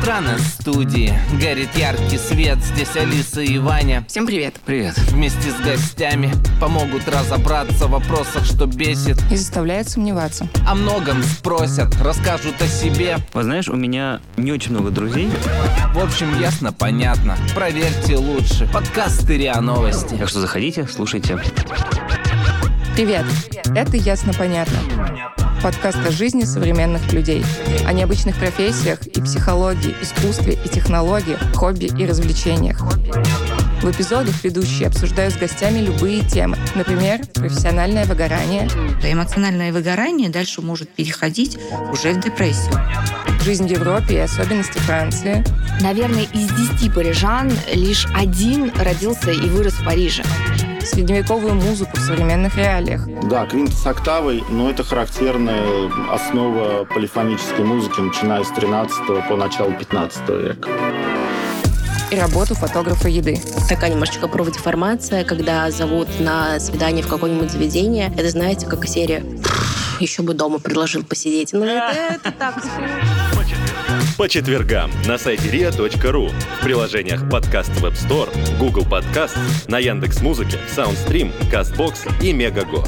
экрана студии Горит яркий свет, здесь Алиса и Ваня Всем привет. Привет Вместе с гостями помогут разобраться в вопросах, что бесит И заставляет сомневаться. О многом спросят, расскажут о себе Вот знаешь, у меня не очень много друзей, В общем, ясно, понятно Проверьте лучше Подкаст «Риа Новости» так что заходите, слушайте. Привет. Это ясно понятно. Подкаст о жизни современных людей. О необычных профессиях и психологии, искусстве и технологиях, хобби и развлечениях. В эпизодах ведущие обсуждают с гостями любые темы. Например, профессиональное выгорание, То эмоциональное выгорание дальше может переходить уже в депрессию. жизнь в Европе и особенности Франции, Наверное, из 10 парижан лишь один родился и вырос в Париже. средневековую музыку в современных реалиях, Да, квинт с октавой, но это характерная основа полифонической музыки, начиная с 13 по начало 15 века. и работу фотографа еды. такая немножечко профдеформация, когда зовут на свидание в какое-нибудь заведение. Это, знаете, как серия еще бы дома предложил посидеть. Ну, это, это так. По четвергам на сайте ria.ru, в приложениях подкаст Web Store, Google Подкаст, на Яндекс.Музыке, Soundstream, Castbox и Мегаго.